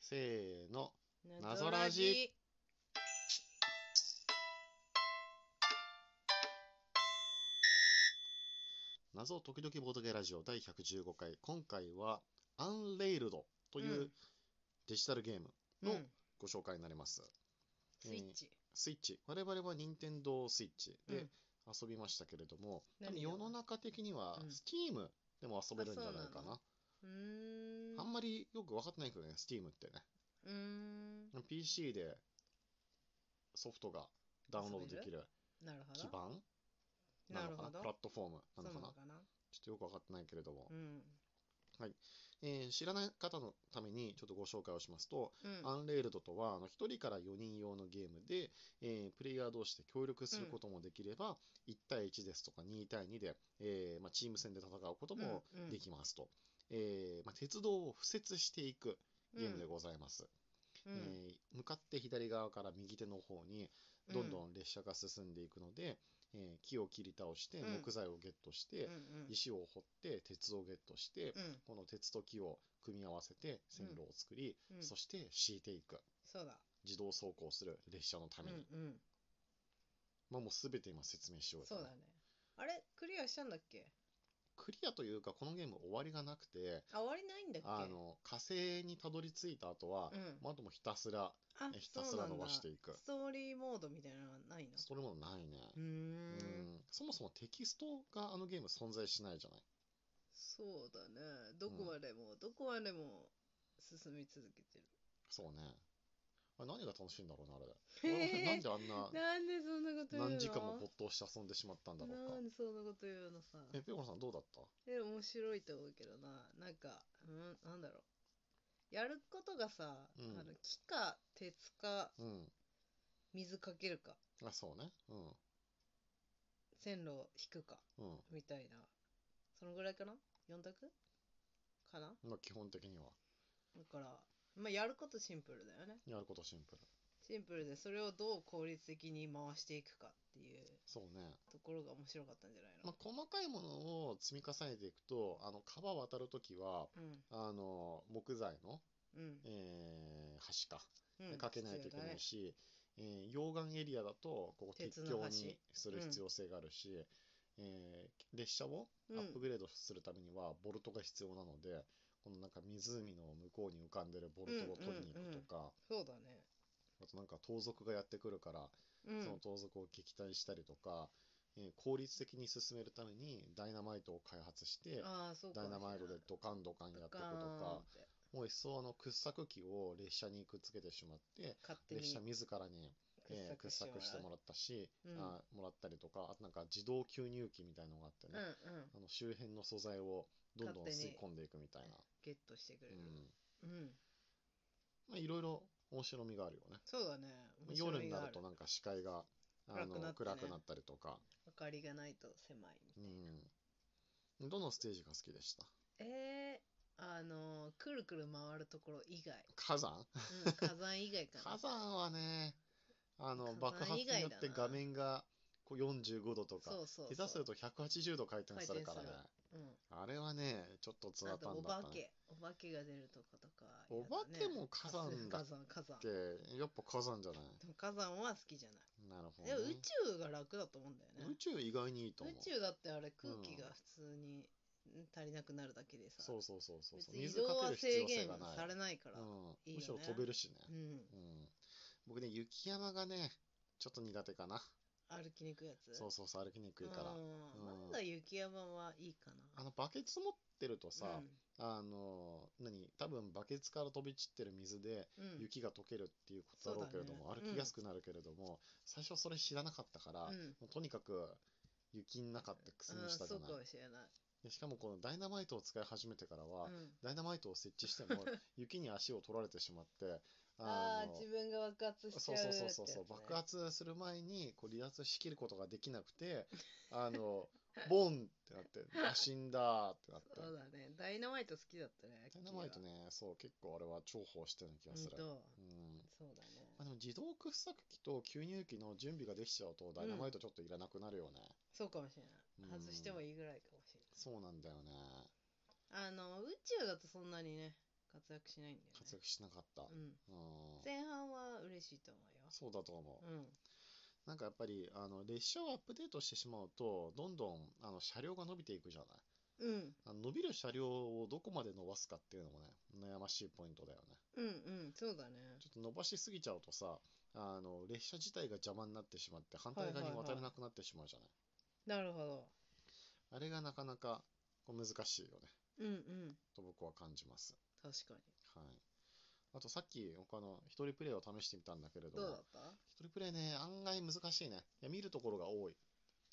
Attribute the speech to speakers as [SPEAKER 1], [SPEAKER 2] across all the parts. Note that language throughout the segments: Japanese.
[SPEAKER 1] せーの。謎ラジ謎時々ボードゲーラジオ第115回。今回は、アンレイルドといううんデジタルゲーム
[SPEAKER 2] う
[SPEAKER 1] の
[SPEAKER 2] ん、
[SPEAKER 1] ご紹介になります。
[SPEAKER 2] スイッチ、
[SPEAKER 1] スイッチ。我々は任天堂スイッチ
[SPEAKER 2] う
[SPEAKER 1] で
[SPEAKER 2] ん
[SPEAKER 1] 遊びましたけれども、多分
[SPEAKER 2] 何を
[SPEAKER 1] 世の中的には
[SPEAKER 2] うん
[SPEAKER 1] Steam でも遊べるんじゃないか
[SPEAKER 2] あそう
[SPEAKER 1] な
[SPEAKER 2] な。うーん
[SPEAKER 1] あんまりよく分かってないけどね、Steam ってね。
[SPEAKER 2] うーん
[SPEAKER 1] PC でソフトがダウンロードできる
[SPEAKER 2] なるほど
[SPEAKER 1] 基盤な
[SPEAKER 2] な
[SPEAKER 1] の
[SPEAKER 2] る
[SPEAKER 1] かな
[SPEAKER 2] ほど
[SPEAKER 1] プラットフォームなの
[SPEAKER 2] そ
[SPEAKER 1] か
[SPEAKER 2] う
[SPEAKER 1] な
[SPEAKER 2] なのかな
[SPEAKER 1] ちょっとよく分かってないけれども
[SPEAKER 2] う、ん
[SPEAKER 1] えー知らない方のためにちょっとご紹介をしますと、
[SPEAKER 2] うん
[SPEAKER 1] アンレールドとはあの1人から4人用のゲームで、えープレイヤー同士で協力することもできれば、1対1ですとか2対2で、えーまあ、チーム戦で戦うことも
[SPEAKER 2] うんうん
[SPEAKER 1] できますと、えーまあ、鉄道を敷設していくゲームでございます。
[SPEAKER 2] うんうん
[SPEAKER 1] えー向かって左側から右手の方にどんどん列車が進んでいくので、えー木を切り倒して
[SPEAKER 2] うん
[SPEAKER 1] 木材をゲットして、
[SPEAKER 2] うんうん
[SPEAKER 1] 石を掘って鉄をゲットして、
[SPEAKER 2] うん
[SPEAKER 1] この鉄と木を組み合わせて線路を作り、
[SPEAKER 2] うん
[SPEAKER 1] そして敷いていく
[SPEAKER 2] そうだ
[SPEAKER 1] 自動走行する列車のた
[SPEAKER 2] う
[SPEAKER 1] めに、
[SPEAKER 2] んうん
[SPEAKER 1] まあ、もう全て今説明しよう
[SPEAKER 2] そうだねあれクリアしたんだっけ
[SPEAKER 1] クリアというかこのゲーム終わりがなくて
[SPEAKER 2] あ終わりないんだっけ
[SPEAKER 1] あの火星にたどり着いた後は
[SPEAKER 2] う、ん
[SPEAKER 1] まあ、あともうひたすら
[SPEAKER 2] あ
[SPEAKER 1] ひたすら伸ばして
[SPEAKER 2] い
[SPEAKER 1] いく
[SPEAKER 2] ストーリーモードみたいなのはないの
[SPEAKER 1] それもないね、
[SPEAKER 2] うー
[SPEAKER 1] うんんそもそもテキストがあのゲーム存在しないじゃない。
[SPEAKER 2] そうだねどこまでもどこまでも進み続けてる
[SPEAKER 1] そうね。あれ何が楽しいんだろうな、あれ。
[SPEAKER 2] へ
[SPEAKER 1] 俺
[SPEAKER 2] え
[SPEAKER 1] なんであんな
[SPEAKER 2] なんでそんなこと言うの
[SPEAKER 1] 何時間も没頭して遊んでしまったんだろうか
[SPEAKER 2] な。んでそんなこと言うのさ
[SPEAKER 1] え、ペコロさんどうだった
[SPEAKER 2] え面白いと思うけどななんか、うん、なんだろうやることがさ、
[SPEAKER 1] うん
[SPEAKER 2] あの木か鉄か
[SPEAKER 1] うん。
[SPEAKER 2] 水かけるか
[SPEAKER 1] あ、そうね。う
[SPEAKER 2] 線路を引くか
[SPEAKER 1] ん。う。
[SPEAKER 2] みたいなそのぐらいかな4択かなん
[SPEAKER 1] まあ、基本的には。
[SPEAKER 2] だから、まあ、やることシンプルだよね
[SPEAKER 1] やることシンプル。
[SPEAKER 2] シンプルでそれをどう効率的に回していくかっていう
[SPEAKER 1] そうね。
[SPEAKER 2] ところが面白かったんじゃない
[SPEAKER 1] ま
[SPEAKER 2] の
[SPEAKER 1] あ、、細かいものを積み重ねていくと、あの、川渡るときは、あの、木材の、
[SPEAKER 2] うん
[SPEAKER 1] えー橋か。
[SPEAKER 2] うん、うん、
[SPEAKER 1] かけないといけ
[SPEAKER 2] 必要だ
[SPEAKER 1] な
[SPEAKER 2] ね
[SPEAKER 1] いし、えー溶岩エリアだとここ鉄
[SPEAKER 2] 鉄
[SPEAKER 1] 橋
[SPEAKER 2] の橋
[SPEAKER 1] にする必要性があるし、えー列車をアップグレードするためにはボルトが必要なので、このなんか湖の向こうに浮かんでるボルトを取りに行くとか、
[SPEAKER 2] そうだね
[SPEAKER 1] あとなんか盗賊がやってくるから、
[SPEAKER 2] うん
[SPEAKER 1] その盗賊を撃退したりとか、えー効率的に進めるためにダイナマイトを開発して
[SPEAKER 2] ああそうか
[SPEAKER 1] ダイナマイトでドカンドカンやっていくとかもう一層あの掘削機を列車にくっつけてしまって
[SPEAKER 2] 勝手に
[SPEAKER 1] 列車自らにえー掘削してもら
[SPEAKER 2] ら
[SPEAKER 1] ったし、
[SPEAKER 2] うん
[SPEAKER 1] あもらったりとか、あとなんか自動吸入器みたいのがあってね、
[SPEAKER 2] うんうん
[SPEAKER 1] あの周辺の素材をどんどん
[SPEAKER 2] 勝手
[SPEAKER 1] 吸い
[SPEAKER 2] に
[SPEAKER 1] 込んでいくみたいな、
[SPEAKER 2] ゲットしてくれ
[SPEAKER 1] う
[SPEAKER 2] る
[SPEAKER 1] ん
[SPEAKER 2] うん
[SPEAKER 1] まあ、いろいろ面白みがあるよね。
[SPEAKER 2] そうだね面白
[SPEAKER 1] 夜
[SPEAKER 2] み
[SPEAKER 1] に
[SPEAKER 2] が
[SPEAKER 1] な
[SPEAKER 2] あ
[SPEAKER 1] るとなんか視界があの
[SPEAKER 2] 暗くなって
[SPEAKER 1] 暗
[SPEAKER 2] ね
[SPEAKER 1] くなったりとか、
[SPEAKER 2] 明かりがないと狭いみた
[SPEAKER 1] う、
[SPEAKER 2] いなん
[SPEAKER 1] どのステージが好きでした
[SPEAKER 2] えーあのーくるくる回るところ以外
[SPEAKER 1] 火山
[SPEAKER 2] うん火山以外か
[SPEAKER 1] 火
[SPEAKER 2] な
[SPEAKER 1] 山はね、あの
[SPEAKER 2] 火山
[SPEAKER 1] 爆発によっ
[SPEAKER 2] 以外
[SPEAKER 1] て
[SPEAKER 2] だな
[SPEAKER 1] 画面がこう45度とか、
[SPEAKER 2] そうそう
[SPEAKER 1] 下手す
[SPEAKER 2] そう
[SPEAKER 1] ると180度回転するからね
[SPEAKER 2] 回。転うん
[SPEAKER 1] あれはね、ちょっとツア
[SPEAKER 2] あ
[SPEAKER 1] ー
[SPEAKER 2] と
[SPEAKER 1] パン
[SPEAKER 2] お
[SPEAKER 1] だったね。
[SPEAKER 2] 化けお化けが出るとことか
[SPEAKER 1] お化けも火山だ
[SPEAKER 2] 火山火山
[SPEAKER 1] ってやっぱ火山じゃない
[SPEAKER 2] でも火山は好きじゃない
[SPEAKER 1] なるほ
[SPEAKER 2] で
[SPEAKER 1] ど
[SPEAKER 2] も
[SPEAKER 1] ね、
[SPEAKER 2] 宇宙が楽だと思うんだよね
[SPEAKER 1] 宇宙意外にいいと思う
[SPEAKER 2] 宇宙だってあれ空
[SPEAKER 1] うん
[SPEAKER 2] 気が普通にん足りなくなるだけでさ、
[SPEAKER 1] そうそうそうそう
[SPEAKER 2] 別に移
[SPEAKER 1] 水
[SPEAKER 2] 動
[SPEAKER 1] かけ
[SPEAKER 2] は
[SPEAKER 1] る必
[SPEAKER 2] 制
[SPEAKER 1] 要性
[SPEAKER 2] 限
[SPEAKER 1] がない
[SPEAKER 2] されないから、うん
[SPEAKER 1] う
[SPEAKER 2] い
[SPEAKER 1] ん、む
[SPEAKER 2] いよね
[SPEAKER 1] しろ飛べるしね、うん僕ね雪山がねちょっと苦手かな
[SPEAKER 2] 歩きにくいやつ
[SPEAKER 1] そうそうそう歩きにくいから、
[SPEAKER 2] うん
[SPEAKER 1] うん
[SPEAKER 2] まだ雪山はいいか
[SPEAKER 1] あ
[SPEAKER 2] な
[SPEAKER 1] のバケツ持ってるとさ、
[SPEAKER 2] う
[SPEAKER 1] あの何多分バケツから飛び散ってる水で
[SPEAKER 2] んうん
[SPEAKER 1] 雪が溶けるっていうことだろうけれども、
[SPEAKER 2] そうだね
[SPEAKER 1] 歩きやすくなるけれども、最初それ知らなかったから、
[SPEAKER 2] う
[SPEAKER 1] も
[SPEAKER 2] ん
[SPEAKER 1] うとにかく雪の中ってくすみしたじ
[SPEAKER 2] そ
[SPEAKER 1] ゃ
[SPEAKER 2] う
[SPEAKER 1] ない
[SPEAKER 2] か、もしれない、
[SPEAKER 1] でしかもこのダイナマイトを使い始めてからは、
[SPEAKER 2] うん、
[SPEAKER 1] ダイナマイトを設置しても雪に足を取られてしまって
[SPEAKER 2] ああ
[SPEAKER 1] の
[SPEAKER 2] 自分が爆発しち
[SPEAKER 1] そ
[SPEAKER 2] ゃ
[SPEAKER 1] う
[SPEAKER 2] う
[SPEAKER 1] そう
[SPEAKER 2] って
[SPEAKER 1] そうそう
[SPEAKER 2] やつ
[SPEAKER 1] そう
[SPEAKER 2] ね
[SPEAKER 1] 爆発する前にこう離脱しきることができなくてあの ボンってな ってあ死んだってなって
[SPEAKER 2] そうだねダイナマイト好きだったね
[SPEAKER 1] ダイナマイトねそう結構あれは重宝してる気
[SPEAKER 2] キ
[SPEAKER 1] が
[SPEAKER 2] キ
[SPEAKER 1] す
[SPEAKER 2] は
[SPEAKER 1] る、
[SPEAKER 2] ほんと
[SPEAKER 1] うん
[SPEAKER 2] そうだね
[SPEAKER 1] まあ、でも自動掘削機と吸入機の準備ができちゃうとダイナマイトちょっといらなくなるよね、
[SPEAKER 2] そうかもしれな
[SPEAKER 1] う
[SPEAKER 2] い
[SPEAKER 1] ん
[SPEAKER 2] 外してもいいぐらいかもしれない
[SPEAKER 1] そうなんだよね
[SPEAKER 2] あの宇宙だとそんなにね活躍しないんだよね。
[SPEAKER 1] 活躍しなかった。
[SPEAKER 2] うん、
[SPEAKER 1] うん
[SPEAKER 2] 前半は嬉しいと思うよ。
[SPEAKER 1] そうだと思う。
[SPEAKER 2] うん、
[SPEAKER 1] なんかやっぱりあの列車をアップデートしてしまうと、どんどんあの車両が伸びていくじゃない。
[SPEAKER 2] うん、
[SPEAKER 1] あの伸びる車両をどこまで伸ばすかっていうのもね、悩ましいポイントだよね。
[SPEAKER 2] うん、うん、そうだね
[SPEAKER 1] ち。ょっと伸ばしすぎちゃうとさ、あの列車自体が邪魔になってしまって、反対側に渡れなくなってしまうじゃない。
[SPEAKER 2] なるほど。
[SPEAKER 1] あれがなかなかこう難しいよね、
[SPEAKER 2] うん、うん、
[SPEAKER 1] と僕は感じます。
[SPEAKER 2] 確かに。
[SPEAKER 1] はい。あとさっき他の一人プレイを試してみたんだけれど
[SPEAKER 2] どうだ
[SPEAKER 1] も
[SPEAKER 2] っ、た
[SPEAKER 1] 一人プレイね、案外難しいね。いや、見るところが多い。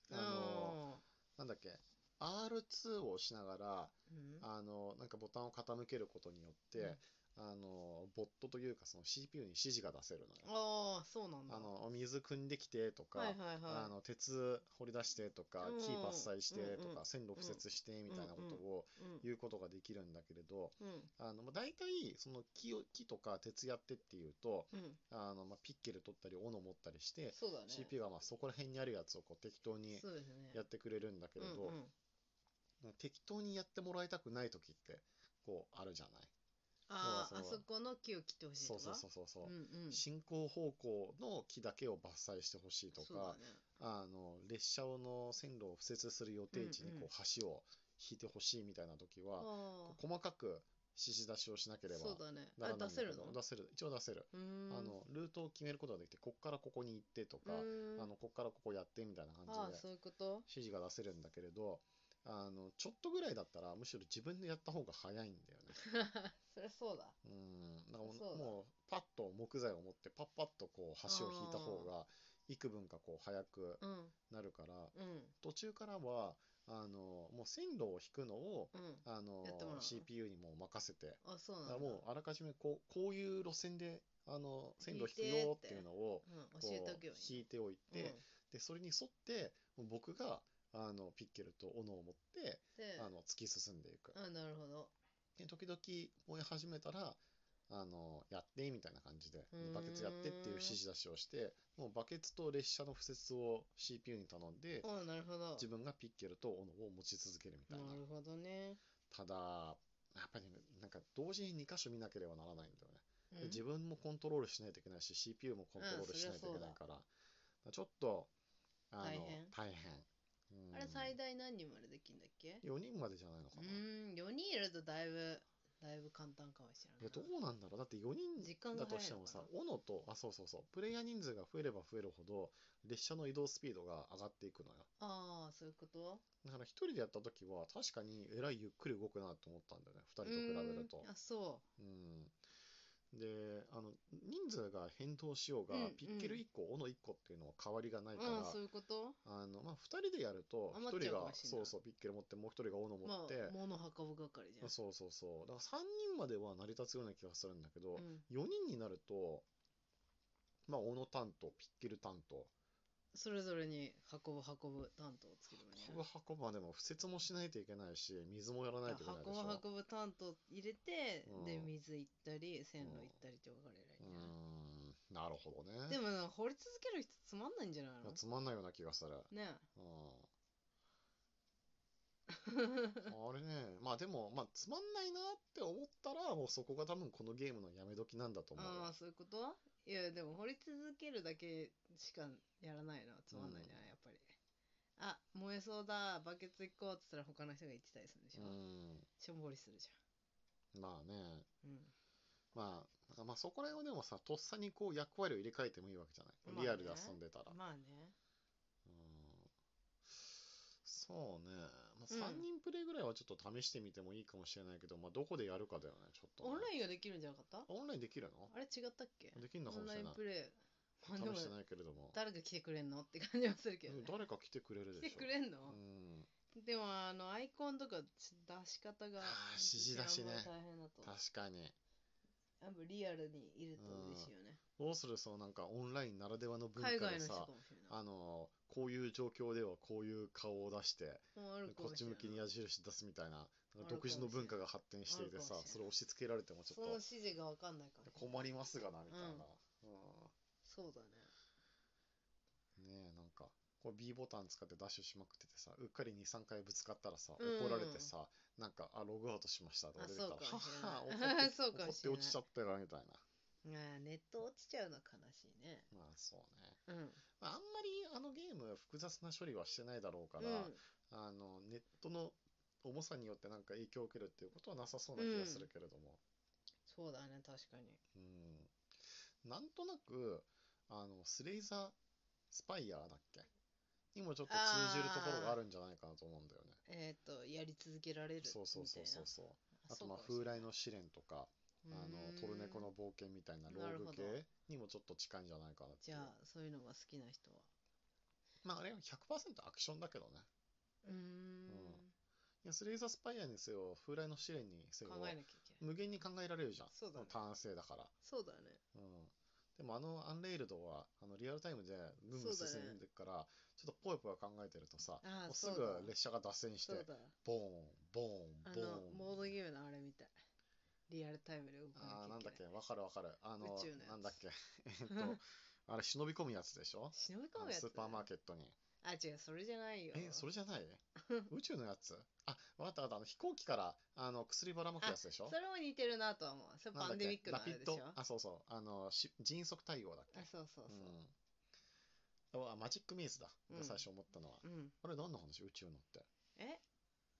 [SPEAKER 1] あの、
[SPEAKER 2] あ
[SPEAKER 1] なんだっけ、R2 を押しながら、
[SPEAKER 2] ーうん、
[SPEAKER 1] あの、なんかボタンを傾けることによって、あの、ボットというかその CPU に指示が出せるのよ。
[SPEAKER 2] あー、そうなんだ。
[SPEAKER 1] あの、水汲んできてとか、
[SPEAKER 2] はいはいはい。
[SPEAKER 1] あの鉄掘り出してとか、
[SPEAKER 2] うん
[SPEAKER 1] 木伐採してと
[SPEAKER 2] うんう
[SPEAKER 1] か、
[SPEAKER 2] ん
[SPEAKER 1] 線路敷設してみたいなことを
[SPEAKER 2] うん、
[SPEAKER 1] 言うことができるんだけれど、
[SPEAKER 2] うん、
[SPEAKER 1] あのまあ、大体その木を木とか鉄やってっていうと、
[SPEAKER 2] うん、
[SPEAKER 1] あのまあ、ピッケル取ったり、斧持ったりして、
[SPEAKER 2] そうだね。
[SPEAKER 1] CPU がまあそこら辺にあるやつをこう適当に
[SPEAKER 2] そうですね。
[SPEAKER 1] やってくれるんだけれど、
[SPEAKER 2] うんうん、
[SPEAKER 1] 適当にやってもらいたくない時ってこうあるじゃない。
[SPEAKER 2] ああ、
[SPEAKER 1] 要は
[SPEAKER 2] あ
[SPEAKER 1] その
[SPEAKER 2] そこの木を切ってほしいと
[SPEAKER 1] そう
[SPEAKER 2] か。
[SPEAKER 1] そうそうそうそうう、
[SPEAKER 2] んうん。
[SPEAKER 1] 進行方向の木だけを伐採してほしいと
[SPEAKER 2] そうだ
[SPEAKER 1] か、
[SPEAKER 2] ね。
[SPEAKER 1] あの列車の線路を敷設する予定地に
[SPEAKER 2] うんうん
[SPEAKER 1] こう橋を引いてほしいみたいな時は、
[SPEAKER 2] あ
[SPEAKER 1] こう細かく指示出しをしなけ
[SPEAKER 2] あ、
[SPEAKER 1] れば
[SPEAKER 2] そうだね。
[SPEAKER 1] な
[SPEAKER 2] あ
[SPEAKER 1] らないんだ
[SPEAKER 2] 出せ
[SPEAKER 1] け
[SPEAKER 2] る
[SPEAKER 1] ど
[SPEAKER 2] の
[SPEAKER 1] 出せる一応出せる、
[SPEAKER 2] うーん
[SPEAKER 1] あのルートを決めることができてこっからここに行ってとか、
[SPEAKER 2] うーん
[SPEAKER 1] あのこっからここやってみたいな
[SPEAKER 2] あ
[SPEAKER 1] 感
[SPEAKER 2] あ
[SPEAKER 1] じで
[SPEAKER 2] そういうこと
[SPEAKER 1] 指示が出せるんだけれどあのちょっとぐらいだったらむしろ自分でやった方が早いんだよね
[SPEAKER 2] そりゃそうだ
[SPEAKER 1] うんなんかも
[SPEAKER 2] そう
[SPEAKER 1] う
[SPEAKER 2] だ
[SPEAKER 1] もうパッと木材を持ってパッパッとこう橋を引いた方が幾分かこう早く
[SPEAKER 2] うん
[SPEAKER 1] なるから、
[SPEAKER 2] うん
[SPEAKER 1] 途中からはあのもう線路を引くのを
[SPEAKER 2] うん
[SPEAKER 1] あの
[SPEAKER 2] やってもらうの
[SPEAKER 1] CPU にもう任せて
[SPEAKER 2] あそうなん
[SPEAKER 1] だか
[SPEAKER 2] だ
[SPEAKER 1] らもうあらかじめこうこういう路線であの線路引く
[SPEAKER 2] 引いて
[SPEAKER 1] よ
[SPEAKER 2] っ
[SPEAKER 1] ってていうのを
[SPEAKER 2] うん
[SPEAKER 1] こ
[SPEAKER 2] 教えてお
[SPEAKER 1] う
[SPEAKER 2] けばいい
[SPEAKER 1] 引いておい
[SPEAKER 2] ね
[SPEAKER 1] てでそれに沿ってもう僕があのピッケルと斧を持って
[SPEAKER 2] うん、で
[SPEAKER 1] あの突き進んでいく
[SPEAKER 2] あなるほど
[SPEAKER 1] で時々燃え始めたらあのやってみたいな感じでバケツやってっていう指示出しをしてもうバケツと列車の敷設を CPU に頼んで
[SPEAKER 2] おなるほど
[SPEAKER 1] 自分がピッケルと斧を持ち続けるみたいな
[SPEAKER 2] なるほどね、
[SPEAKER 1] ただやっぱりねなんか同時に2箇所見なければならないんだよね、
[SPEAKER 2] うん
[SPEAKER 1] で自分もコントロールしないといけないし CPU もコントロールしないといけないからちょっとあの
[SPEAKER 2] 大変
[SPEAKER 1] 大変うん
[SPEAKER 2] あれ最大何人までできるんだっけ
[SPEAKER 1] 4人までじゃないのか
[SPEAKER 2] う
[SPEAKER 1] な、
[SPEAKER 2] ーん4人いるとだいぶだいぶ簡単かもしれ
[SPEAKER 1] いや
[SPEAKER 2] ない
[SPEAKER 1] どうなんだろうだって4
[SPEAKER 2] 時間
[SPEAKER 1] 人だ
[SPEAKER 2] が
[SPEAKER 1] と
[SPEAKER 2] 早いのかな
[SPEAKER 1] してもさ斧とあそうそうそうプレイヤー人数が増えれば増えるほど列車の移動スピードが上がっていくのよ
[SPEAKER 2] ああそういうこと
[SPEAKER 1] だから1人でやった時は確かにえらいゆっくり動くなと思ったんだよね2人と比べると
[SPEAKER 2] うーんあそ
[SPEAKER 1] うん、であの人数が変動しようが、
[SPEAKER 2] うんうん
[SPEAKER 1] ピッケル1個、斧1個っていうのは変わりがないうか
[SPEAKER 2] ああそ
[SPEAKER 1] ら、
[SPEAKER 2] ういうこと
[SPEAKER 1] あのまあ、2人でやると、1
[SPEAKER 2] 余っ
[SPEAKER 1] 人
[SPEAKER 2] ちゃう
[SPEAKER 1] が
[SPEAKER 2] かもしん
[SPEAKER 1] そ
[SPEAKER 2] ない
[SPEAKER 1] うそうピッケル持って、もう1人が斧持
[SPEAKER 2] ま
[SPEAKER 1] って、
[SPEAKER 2] あ物運ぶ係じゃん
[SPEAKER 1] そうそうそう、だから3人までは成り立つような気がするんだけど、
[SPEAKER 2] うん、
[SPEAKER 1] 4人になると、まあ、斧担当、ピッケル担当、
[SPEAKER 2] それぞれに運ぶ運ぶ担当をつけるよね
[SPEAKER 1] ここ運ばでも、敷設もしないといけないし、水もやらないといけないでしょ。
[SPEAKER 2] 箱を運ぶ担当入れて、
[SPEAKER 1] うん
[SPEAKER 2] で水行ったり線路行ったりって分かれる
[SPEAKER 1] う
[SPEAKER 2] よね、
[SPEAKER 1] ーん、なるほどね。
[SPEAKER 2] でもなんか掘り続ける人つまんないんじゃない
[SPEAKER 1] いや
[SPEAKER 2] の
[SPEAKER 1] つまんないような気がす る。
[SPEAKER 2] ね
[SPEAKER 1] うんあれね、まあでも、まあ、つまんないなって思ったら、もうそこが多分このゲームのやめ時なんだと思うよ。
[SPEAKER 2] ああそういうこといやでも掘り続けるだけしかやらないのはつまんないんじゃない、やっぱりあ燃えそうだバケツ行こうっつったら他の人が行ってたりするんでしょ、
[SPEAKER 1] う
[SPEAKER 2] しょんぼりするじ
[SPEAKER 1] ん、まあね、
[SPEAKER 2] ゃん、うん、
[SPEAKER 1] まあ、なんかまあそこら辺はでもさ、とっさにこう役割を入れ替えてもいいわけじゃない。
[SPEAKER 2] まあね
[SPEAKER 1] リアルで遊んでたら。
[SPEAKER 2] まあね
[SPEAKER 1] うん、そうね、まあ、
[SPEAKER 2] うん
[SPEAKER 1] 3人プレイぐらいはちょっと試してみてもいいかもしれないけど、まあどこでやるかだよね、ちょっとね、
[SPEAKER 2] オンラインができるんじゃなかった
[SPEAKER 1] オンラインできるの
[SPEAKER 2] あれ違ったっけ
[SPEAKER 1] できるのか
[SPEAKER 2] オン
[SPEAKER 1] もしれ
[SPEAKER 2] ライン
[SPEAKER 1] ない。
[SPEAKER 2] プレイまあでも
[SPEAKER 1] 試してないけれども。
[SPEAKER 2] 誰が来てくれんのって感じはするけどね、
[SPEAKER 1] うん誰か来てくれるでし
[SPEAKER 2] 来
[SPEAKER 1] てょ。
[SPEAKER 2] くれんの、
[SPEAKER 1] うん
[SPEAKER 2] でもあのアイコンとかし出し方が
[SPEAKER 1] あー指示出しね
[SPEAKER 2] あんまり大変だと思う
[SPEAKER 1] 確かに。
[SPEAKER 2] やっぱリアルにいると嬉しいよね
[SPEAKER 1] どうするそのなんかオンラインならではの文化
[SPEAKER 2] 海
[SPEAKER 1] で
[SPEAKER 2] 外の人
[SPEAKER 1] さ
[SPEAKER 2] か、もしれない
[SPEAKER 1] あの、こういう状況ではこういう顔を出して、
[SPEAKER 2] もうあるか
[SPEAKER 1] こ
[SPEAKER 2] も
[SPEAKER 1] っ
[SPEAKER 2] し
[SPEAKER 1] ち
[SPEAKER 2] れな
[SPEAKER 1] 向
[SPEAKER 2] い
[SPEAKER 1] きに矢印出すみたいな、なんか
[SPEAKER 2] ある
[SPEAKER 1] 独自の文化が発展してい
[SPEAKER 2] あ
[SPEAKER 1] て
[SPEAKER 2] るかもし
[SPEAKER 1] さ
[SPEAKER 2] れな、い
[SPEAKER 1] それ押し付けられてもち
[SPEAKER 2] そ
[SPEAKER 1] ょ
[SPEAKER 2] の
[SPEAKER 1] っ
[SPEAKER 2] 指示がわかんないから
[SPEAKER 1] と困りますがな、みたいな。う
[SPEAKER 2] そうだね
[SPEAKER 1] んねえ、なんか。こう B ボタン使ってダッシュしまくっててさ、うっかり2、3回ぶつかったらさ、
[SPEAKER 2] うん
[SPEAKER 1] 怒られてさ、なんか、あ、ログアウトしましたって
[SPEAKER 2] あ
[SPEAKER 1] 俺出たら、
[SPEAKER 2] そうかもしれな
[SPEAKER 1] はっは怒っ
[SPEAKER 2] い
[SPEAKER 1] て
[SPEAKER 2] そうかもしれ
[SPEAKER 1] 怒っ
[SPEAKER 2] ない
[SPEAKER 1] て落ちちゃったよ、みたいな。
[SPEAKER 2] ああネット落ちちゃうの悲しいね。
[SPEAKER 1] まあ、そうね。
[SPEAKER 2] うん。
[SPEAKER 1] まあ、あんまりあのゲームは複雑な処理はしてないだろうから、あのネットの重さによってなんか影響を受けるっていうことはなさそうな気がするけれども、
[SPEAKER 2] そうだね、確かに。
[SPEAKER 1] うんなんとなくあのスレイザースパイアだっけにもちょっと通じるところがあるんじゃないかなと思うんだよね。
[SPEAKER 2] えっ、と、やり続けられるみたいな。
[SPEAKER 1] そうそうそうそうそう。あとまあ
[SPEAKER 2] そう
[SPEAKER 1] 風
[SPEAKER 2] かもしれな
[SPEAKER 1] 来の試練
[SPEAKER 2] い
[SPEAKER 1] とかあ
[SPEAKER 2] うー
[SPEAKER 1] の
[SPEAKER 2] ん
[SPEAKER 1] トルネコの冒険みたいなロ
[SPEAKER 2] なる
[SPEAKER 1] ー
[SPEAKER 2] ほど
[SPEAKER 1] グ系にもちょっと近いんじゃないかなって
[SPEAKER 2] じ
[SPEAKER 1] いう
[SPEAKER 2] ゃあ、そういうのが好きな人は。
[SPEAKER 1] まああれは100%アクションだけどね。
[SPEAKER 2] うーん。
[SPEAKER 1] いやスレイザースパイアにせよ風来の試練にせよ
[SPEAKER 2] 考えなきゃいけない。
[SPEAKER 1] 無限に考えられるじゃん。
[SPEAKER 2] そうだね
[SPEAKER 1] ターン制だから。
[SPEAKER 2] そうだね。
[SPEAKER 1] うん。でもあのアンレイルドはあのリアルタイムでムンムン進んでるから、ちょっとぽよぽよ考えてるとさ、
[SPEAKER 2] あ
[SPEAKER 1] も
[SPEAKER 2] あ、
[SPEAKER 1] うす
[SPEAKER 2] そ
[SPEAKER 1] ぐ
[SPEAKER 2] うだ。
[SPEAKER 1] 列車が脱線して
[SPEAKER 2] そう、だ。
[SPEAKER 1] ボーン、ボー
[SPEAKER 2] あ
[SPEAKER 1] ン、ボ
[SPEAKER 2] の、モード
[SPEAKER 1] ーン。
[SPEAKER 2] ゲームのあれみたい。リアルタイムで動かなきゃ
[SPEAKER 1] あ
[SPEAKER 2] いけ
[SPEAKER 1] ー
[SPEAKER 2] な。
[SPEAKER 1] ないんだっけ、わかるわかる。あの
[SPEAKER 2] 宇宙のやつ、
[SPEAKER 1] なんだっ け、えっと、あれ忍び込むやつでしょ
[SPEAKER 2] 忍び
[SPEAKER 1] あ
[SPEAKER 2] 込
[SPEAKER 1] の
[SPEAKER 2] むやつ
[SPEAKER 1] スーパーマーケットに。
[SPEAKER 2] あ、違う、それじゃないよ。
[SPEAKER 1] え、それじゃ ない宇宙のやつあ、わかったわかった。あの飛行機からあの薬ばらまくやつでしょ
[SPEAKER 2] それも似てるなとは思う。それ
[SPEAKER 1] なん
[SPEAKER 2] パ
[SPEAKER 1] だっ
[SPEAKER 2] ンデミ
[SPEAKER 1] け
[SPEAKER 2] ックの
[SPEAKER 1] ラ
[SPEAKER 2] あ
[SPEAKER 1] ピ
[SPEAKER 2] れ
[SPEAKER 1] ッ
[SPEAKER 2] でしょ
[SPEAKER 1] ド。あ、そうそう。あの、し迅速対応だっけ
[SPEAKER 2] あ、そうそうそう。
[SPEAKER 1] うん、あマジックミーズだ、
[SPEAKER 2] うん
[SPEAKER 1] 最初思ったのは
[SPEAKER 2] うん。
[SPEAKER 1] あれ何の話宇宙のって
[SPEAKER 2] え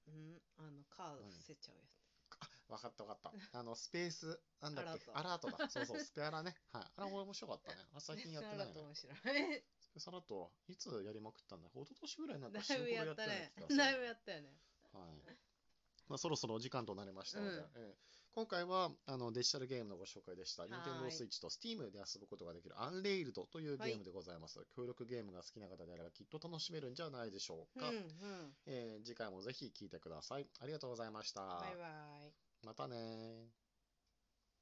[SPEAKER 2] うん、あの、カード伏せちゃうやつ。
[SPEAKER 1] あ分かった分かったあのスペースなんだっけ
[SPEAKER 2] ア
[SPEAKER 1] アラートだそうそうスペアラねはいあれ面白かったねあれ最近やってない
[SPEAKER 2] だ
[SPEAKER 1] ね
[SPEAKER 2] と面白い。
[SPEAKER 1] スペサラといつやりまくったんだ一昨年ぐらいにな
[SPEAKER 2] だ
[SPEAKER 1] んか
[SPEAKER 2] いぶやったね。
[SPEAKER 1] 死ぬほどや っ
[SPEAKER 2] だ
[SPEAKER 1] て
[SPEAKER 2] いぶ
[SPEAKER 1] ない
[SPEAKER 2] やったよね。
[SPEAKER 1] 気がするはいまあ、そろそろお時間となりましたので、
[SPEAKER 2] うん
[SPEAKER 1] えー今回はあのデジタルゲームのご紹介でした。
[SPEAKER 2] はー
[SPEAKER 1] Nintendo
[SPEAKER 2] い
[SPEAKER 1] Switch と Steam で遊ぶことができるアンレイルドというゲームでございます。協力ゲームが好きな方であればきっと楽しめるんじゃないでしょう
[SPEAKER 2] うん、
[SPEAKER 1] か。
[SPEAKER 2] うん。
[SPEAKER 1] えー次回もぜひ聞いてください。ありがとうございました。
[SPEAKER 2] バイバイ。
[SPEAKER 1] またねー